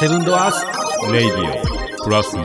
セブンドアースレイディオプラスメン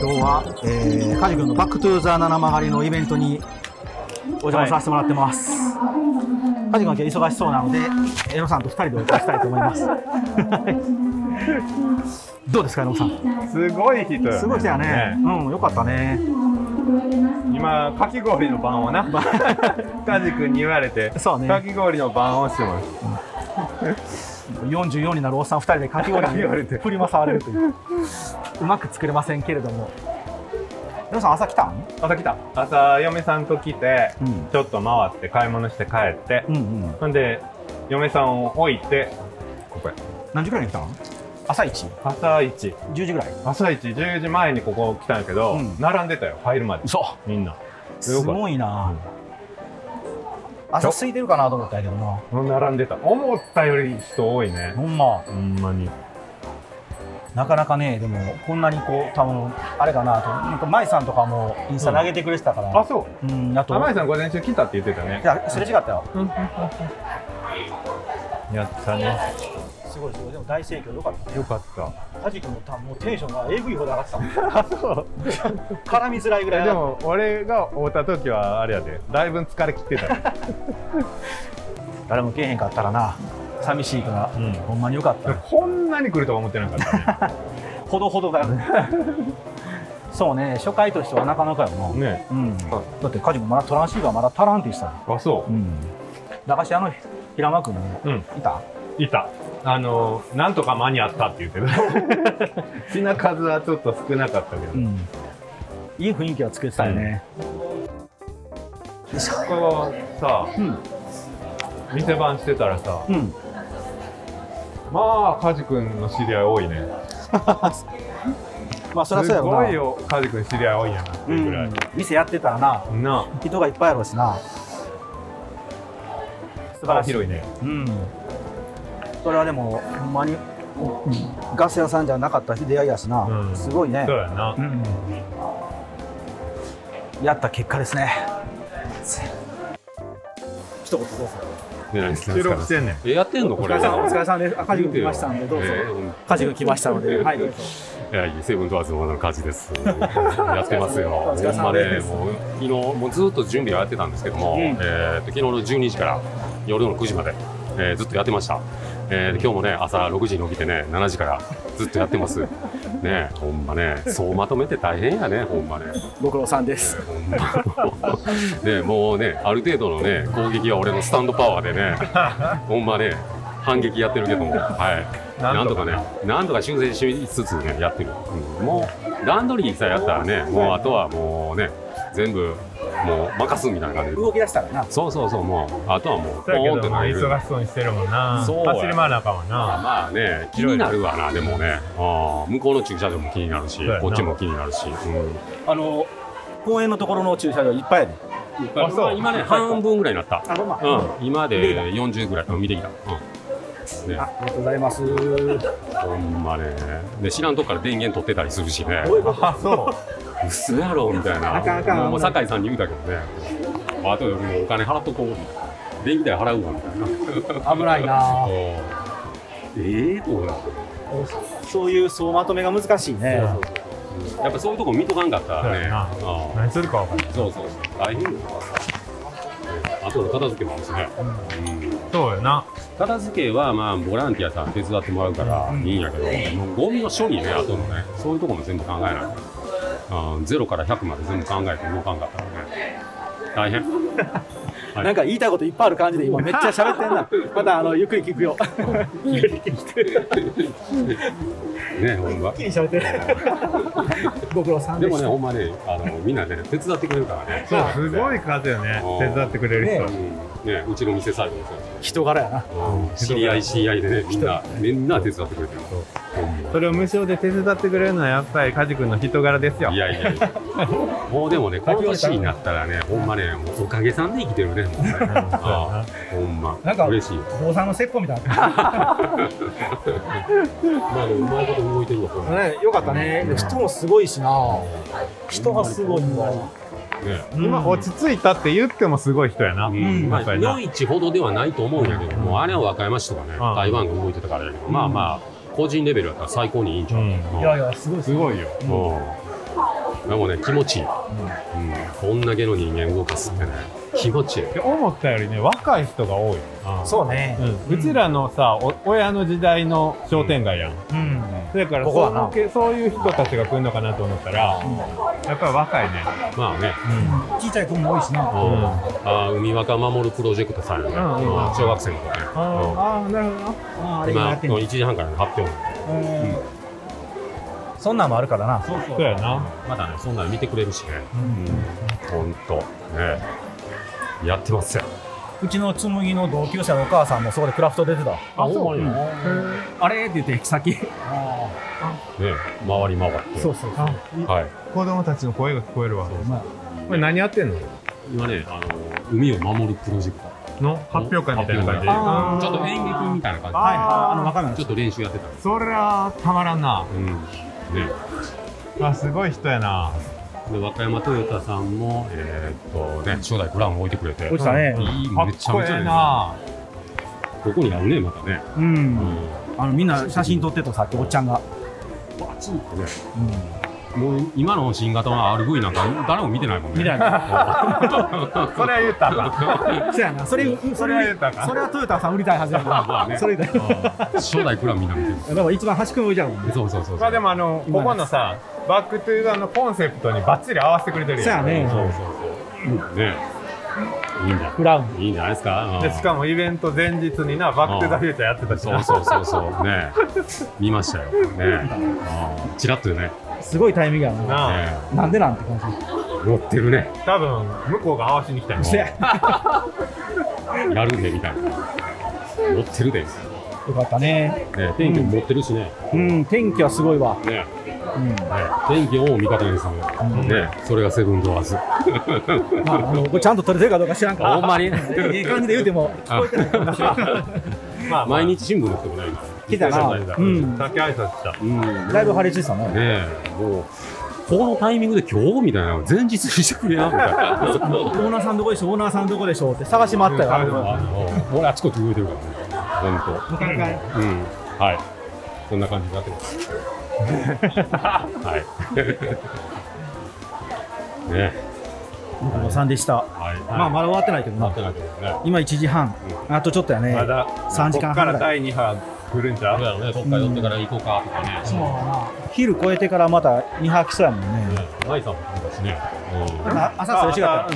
今日は、えー、カジ君のバックトゥーザー七曲りのイベントにお邪魔させてもらってます。カジ君は今日忙しそうなので、エノさんと二人でお送りしたいと思います。 はいどうですか、エノさん。すごい人よねすごい人やね。うん、よかったね。今かき氷の 番をなカジ君に言われてそうねかき氷の番をしてます44になるおっさん2人でかき氷 言われにて振り回されるといううまく作れませんけれども皆さん朝来たん朝来た朝嫁さんと来て、うんちょっと回って買い物して帰って、うんうんほんで嫁さんを置いてここへ何時ぐらいに来たん朝一朝一10時ぐらい朝一10時前にここ来たんやけど、うん並んでたよ入るまで嘘みんなすごいな朝空いてるかなと思ったんやけどなもう並んでた思ったより人多いねほんまほんまになかなかねでもこんなにこう多分あれかなとなんか舞さんとかもインスタ投げてくれてたかあらそううんあと甘井さん午前中来たって言ってたいねやすれ違ったよやったねすごいすごいでも大盛況よかったよかったカジ君も多分もうテンションがえぐいほど上がってたもん絡みづらいぐらい上がでっも俺が会った時はあれやでだいぶ疲れ切ってた、 ね、た誰も来えへんかったらな寂しいから、うんほんまによかったこんなに来るとは思ってなかったねほどほどだよねそうね初回としてはなかなかよな、ねうん、だってカジ君まだトランシーバーまだ足らんって言ってたよあそうん駄菓子屋の平間君ううんいたいたあのなんとか間に合ったって言って た品数はちょっと少なかったけど、んいい雰囲気は作ってたよね、これはさ、店番してたらさうん まあカジ君の知り合い多いねまあそりゃそうやすろなごいよカジ君知り合い多いんやなってういうぐらいん、、店やってたらなな人がいっぱいやろうしな素晴あらしい広いねうん、それはでもほんまにガス屋さんじゃなかった出会いやしな、うんすごいねそうやな、うんやった結果ですね一言どうぞ収録してんねんえやってんのこれお疲れさんです赤字が来ましたんでどうぞえーほん赤字が来ましたのではいどうぞいやいやセブンとはその感じ です。やってますよ。お疲れほん様までね、すもう昨日もうずっと準備はやってたんですけども、うんえーと昨日の12時から夜の9時まで、えーずっとやってました。えー今日もね朝6時に起きてね7時からずっとやっ てます。ねほんまね、そうまとめて大変やねほんまね。ご苦労さんですほんま ねもうねある程度のね攻撃は俺のスタンドパワーで ね、ほんまね反撃やってるけども、はい。ななんんととかかねね、なんとか修正しつつねやってる。うんもう段取りさえやったらね、もうあとはもうね全部もう任すみたいな感じで。動き出したらなそうそうそうもうあとはもうそうやけポーンどってまあ投げる。忙しそうにしてるもんなそうや走り回らなあかんもんなまあね、気になるわな、でもね、あー向こうの駐車場も気になるしうやな、こっちも気になるし、うんあの公園のところの駐車場いっぱいやであそう今ね、半分ぐらいになった、あほんまうん、今で40ぐらい、うん見てきた、うんね、ありがとうございますどほんまねで、知らんとこから電源取ってたりするしね、ういうことあそう嘘やろみたいな、あかんあかんもうもう酒井さんに言うたけどね、あとで俺もお金払っとこうみたいな、電気代払うわみたいな、危ないなおーええー、と思ってそういう総まとめが難しいねうんやっぱそういうとこ見とかんかったそうらねやな、うん何するかわかんないそうそうそう、大変よ。あとの片付けもあるしね。うんそうやな片付けはまあボランティアさん手伝ってもらうからいいんやけど、もうゴミの処理ね、あとのね、そういうとこも全部考えないと。あーゼロから100まで全部考えて動かんかったら ね、大変。はいなんか言いたいこといっぱいある感じで今めっちゃ喋ってん なまたあのゆっくり聞く よね、ほんま。り喋ってる ご苦労さんででもしね、たほんまね、あのみんなね、手伝ってくれるからね。そうすごい数よねうん手伝ってくれるう人んね、うちの店サイドもそうです人柄やなうん知り合い知り合いでね、みんな、みんな手伝ってくれてる。ほんまそれを無償で手伝ってくれるのはやっぱり梶君の人柄ですよいやいやいやもうでもねこの年になったらねほんまねもうおかげさんで生きてるねもうねああほんまなんか嬉しいお坊さんの説法みたいな。まあでもうまいこと動いてるわこれねね、よかったね。人もすごいしな。人がすごいんだよ。今落ち着いたって言ってもすごい人やな、うんまやっぱあ、りな夜市ほどではないと思うんやけど、もうあれは和歌山市とかね、ん台湾が動いてたからやけど、まあまあ、個人レベルだったら最高にいいんちゃう、うんいやいや、すごいすごいよ、うんでもね、気持ちいい、うんこんだけの人間動かすってね、気持ちいい。で思ったよりね若い人が多いよそうね。う,、ん、うちらのさお親の時代の商店街やん、うん。だからここはなそういうそういう人たちが来るのかなと思ったら、やっぱり若いねまあね、ちっちゃい子も多いしな。んあー海若守るプロジェクトさんやね、うんうん小学生の子ね、ああ、なるほどな。ああ、あうんれ今や今ってんの1時半からの発表なんでうんそんなんもあるからな。そうやなまだね、そんなの見てくれるしね、本当、ね、やってますよ。うちの紬の同級生のお母さんもそこでクラフト出てた。あほんまにあれって言って、行き先。ね、回り回って。そうそう。あはい。子供たちの声が聞こえるわまあこれ何やってんの今ね、あの海を守るプロジェクの発表会みたいな感じ発あト。ーちょっと演劇みたいな感はいはい、あの、わかんないじで。ちょっと練習やってたんです。そりゃたまらんなうん。ね。あすごい人やなで和歌山トヨタさんもえーっとね、初代ブラウンを置いてくれて。落ちたね。いいかっめちゃこめえちゃいえいな。なここにあるね、またね。う。うんん。あの、みんな写真撮ってとさっきおっちゃんが。バチンとね。もう今の新型の RV なんか誰も見てないもん見ね。ないそれは言ったらあかんそうやな。それ、そそれは言うたかそれはトヨタさん売りたいはずやまあまあな。ねそれ以外。初代クラウンみんな見てる。だから一番端っこに置いてあるもんね。そうそうそうそう。まあでもあのここのさバックトゥーザのコンセプトにバッチリ合わせてくれてるそうややんねそうそうそう。ね。いいんじゃクラウン。いいんじゃないですか。うんでしかもイベント前日になバックトゥーザフューチャーやってたしそなうそうそうそうね見ましたよねあーちらっとねすごいタイミングやな。なあねなんでなんて感じ。乗ってるね多分向こうが合わしに来たんせやや。よやるんでみたいな乗ってるで、ね、かったね。天気も乗ってるしねうん、天気はすごいわ。ねねうん。天気を味方にするねそれがセブンドアーズまあ、あの、これちゃんと撮れてるかどうか知らんから。あほんまにいい感じで言うても。あまあまあ毎日新聞の人もないか来たな。来たう来ん。先挨拶したらうんねだいぶ張り付いてたね。もうこのタイミングで今日みたいなの前日にしてくれやみたオいなーナーさんどこでしょう、オーナーさんどこでしょうって探し回ったよ。あれはあの 俺あちこち動いてるからね本当。なかなかうん、はい。そんな感じになってます。はい。 ね、ご苦労さんでした。はい。まあ、まだ終わってないけどなっなて。ないけどね。今1時半。あとちょっとやね。まだ3時間こっ半ぐらかいら第2波来るんちゃそううやろね、どっか寄ってから行こうかとかね。昼超えてからまた2泊そうやもんね。うんマイさんも来てたしね。うんあ朝それ違ったあ。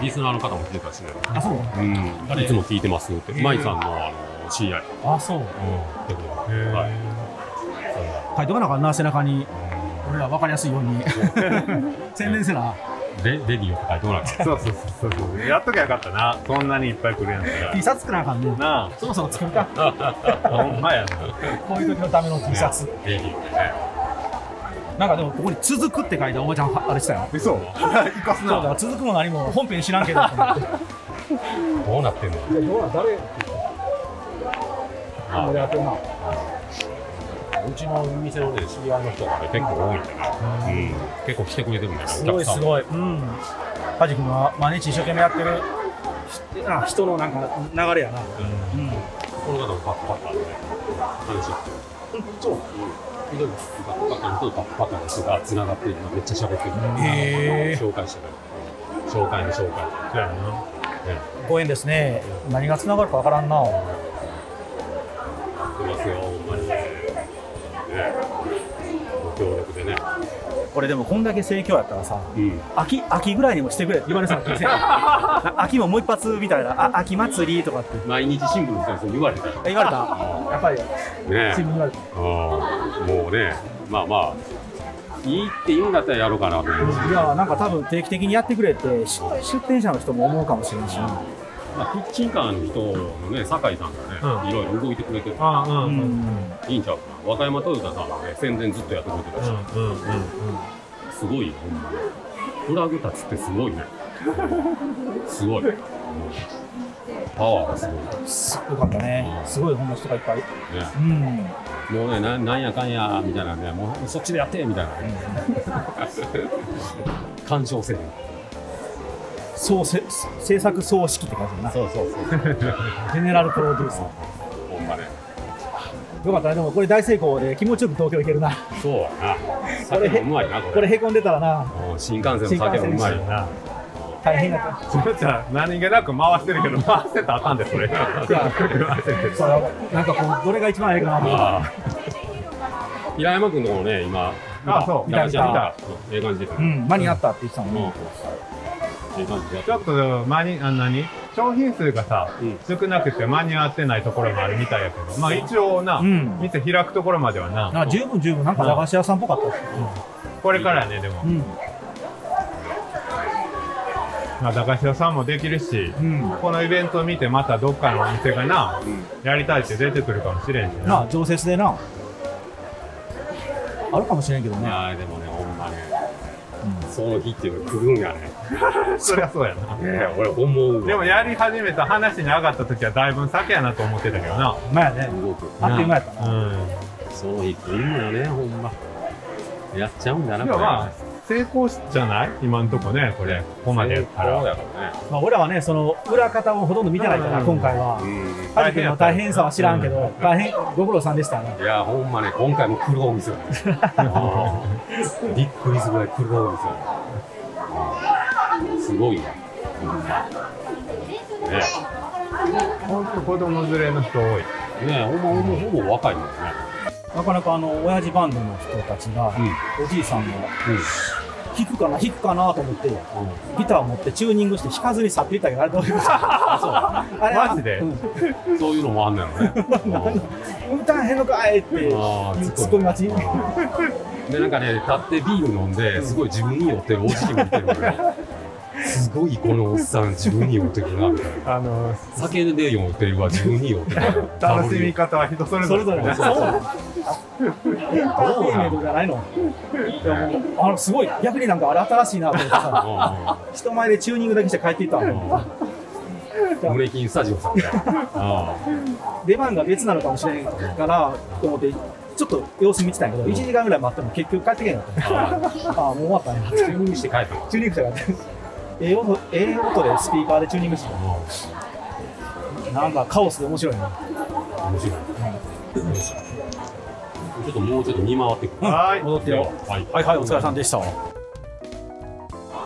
リスナーの方も来てたしね。あ、そううん。いつも聞いてますって。マイさんのあの知り合い。あ、そう。うん。ってことへでーはい。書いとかなあかんな、背中に。俺ら分かりやすいよう に。宣伝せな。レレディオって書いてもらうから。そうそうそうそうやっときゃよかったなそんなにいっぱい来るやんから T シャツ作らなあかんね。なそもそも作るか。あほんまやなこういう時のための T シャツ。レディオでね。なんかでもここに続くって書いたおばちゃんはあれしたよ。嘘生かすそうだ、続くも何も本編知らんけ どと思って。どうなってんのいや、どう誰あやってるな。うちの店のね、知り合いの人がね、結構多いんだね。うん。結構来てくれてるんだよ、すごいすい。ごい。うん。カジ君は毎日一生懸命やってる。ひあ人のなんか流れやな。うん。この方もパッパッパッで、話し合ってる。そう。緑のパッパッパッとパッパッパッの人が繋がって、今めっちゃ喋ってる。へー紹介してる。紹介の紹介。そうやなね。ご縁ですね。何が繋がるかわからんな。出ますよ、ほんまに。ね。ご協力でね。これでもこんだけ盛況やったらさ、うん。秋秋ぐらいにもしてくれって言われそうな気が せんな秋ももう一発みたいな、あ秋祭りとかって毎日新聞の先生に言われたよ。え言われた。やっぱりね新聞言われた。うんもうね、まあまあ、いいって言うんだったらやろうかなと思うし。いやなんか多分定期的にやってくれってし出店者の人も思うかもしれんし、まあ、キッチンカーの人のね、酒井さんがね、いろいろ動いてくれてる。あううんうんん、いいんちゃうか和歌山トヨタさんはね、宣伝ずっとやってくれてたし、うんうんうんうんすごいよ、ほんまに。フラグ立つってすごいね。すごい。うんパワーがすごい。ね。すっごかったね。すごい、ほんま人がいっぱい。うん。もうねな、なんやかんや、みたいなね、もうそっちでやって、みたいなね。 干渉せへん。そう、せ制作総指揮って感じだな。そうそうそう。ゼネラルプロデュース。よほんまかね。ったね。でもこれ大成功で気持ちよく東京行けるな。そうやな。酒もうまいな、ここれ。れへこんでたらな、うん新幹線の酒もうまいよな。大変だった。それじゃあ何気なく回してるけど回してたらあかんでそれそう、なんかこう、どれが一番ええかなと思って。ああ。 平山君のとこもね、今、あそう見た見た見たうんええ感じで。ううん。ん、間に合ったって言ってたもんね。ええ感じでやっちた。ょっと間にあの何商品数がさ、うん少なくて間に合ってないところもあるみたいやけどまあ一応な、うん店開くところまではななんか十分十分、なんか駄菓子屋さんっぽかったし。これからやねでも、うん。まあ、駄菓子屋さんもできるし、うんこのイベントを見てまたどっかのお店がな、やりたいって出てくるかもしれんしな、まあ、常設でな。あるかもしれんけどいね。やーでもね、ほんまね、その日っていうのは来るんやね。 そりゃそうやなねえ、俺、思うわ。でもやり始めた話に上がった時はだいぶ先やなと思ってたけどなまあね。動く。あっという間やったな。うんその日来るんやね、ほんま。やっちゃうんだな、でもまあ成功しじゃない今んとこねこれここまでやったそうらやからね。まあ、俺らはね、その裏方をほとんど見てないから、うん今回は。うカジ君の大変さは知らんけうどん、大変、ご苦労さんでしたね。ん。いや、ほんまね、今回も来るお店よね。うん びっくりするぐらい来るお店よね。うんすごいわ。うんね本当子供連れの人多いえ、ねえほんま、ほんま、ほぼ若いもんね。なかなかあの、親父バンドの人たちが、おじいさんが、弾くかな、弾くかなと思って、ギターを持ってチューニングして弾かずに去っていったけど、あれどういうことあれマジでうんうん。そういうのもあんのやろね。うん歌えへんのかいってあーツッコミ待ちでなんかね立ってビール飲んですごい自分に酔ってるおじい見てるからすごいこのおっさん自分に酔ってるなみたいなあの酒で酔ってるわ自分に酔ってるな楽しみ方は人それぞそれれぞれねのそうエンターテインメントじゃないのいやもうあのすごい逆になんかあれ新しいなと思ってさう人前でチューニングだけして帰っていったの んうん胸キンスタジオさんみたいなうん出番が別なのかもしれんからと思ってちょっと様子見てたんやけど1時間ぐらい待っても結局帰ってけんかったあああもう終わったねーチューニングして帰ったのチューニングしたからねええ音ええ音でスピーカーでチューニングしてたなんかカオスで面白いな面白いちょっともうちょっと見回ってくるはい戻ってよはいはいはい、お疲れさんでした。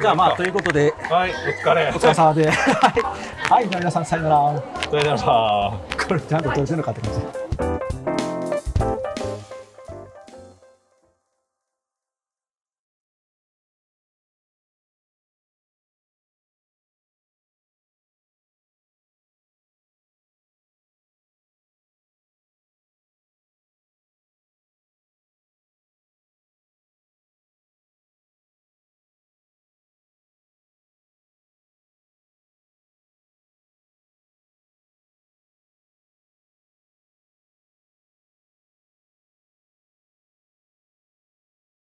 じゃあまあ、ということで、はいお疲れお疲れ様で。はい、はい、じゃあ皆さん、さよなら。お疲れ様これ、ちゃんと撮れてるのかって感じ。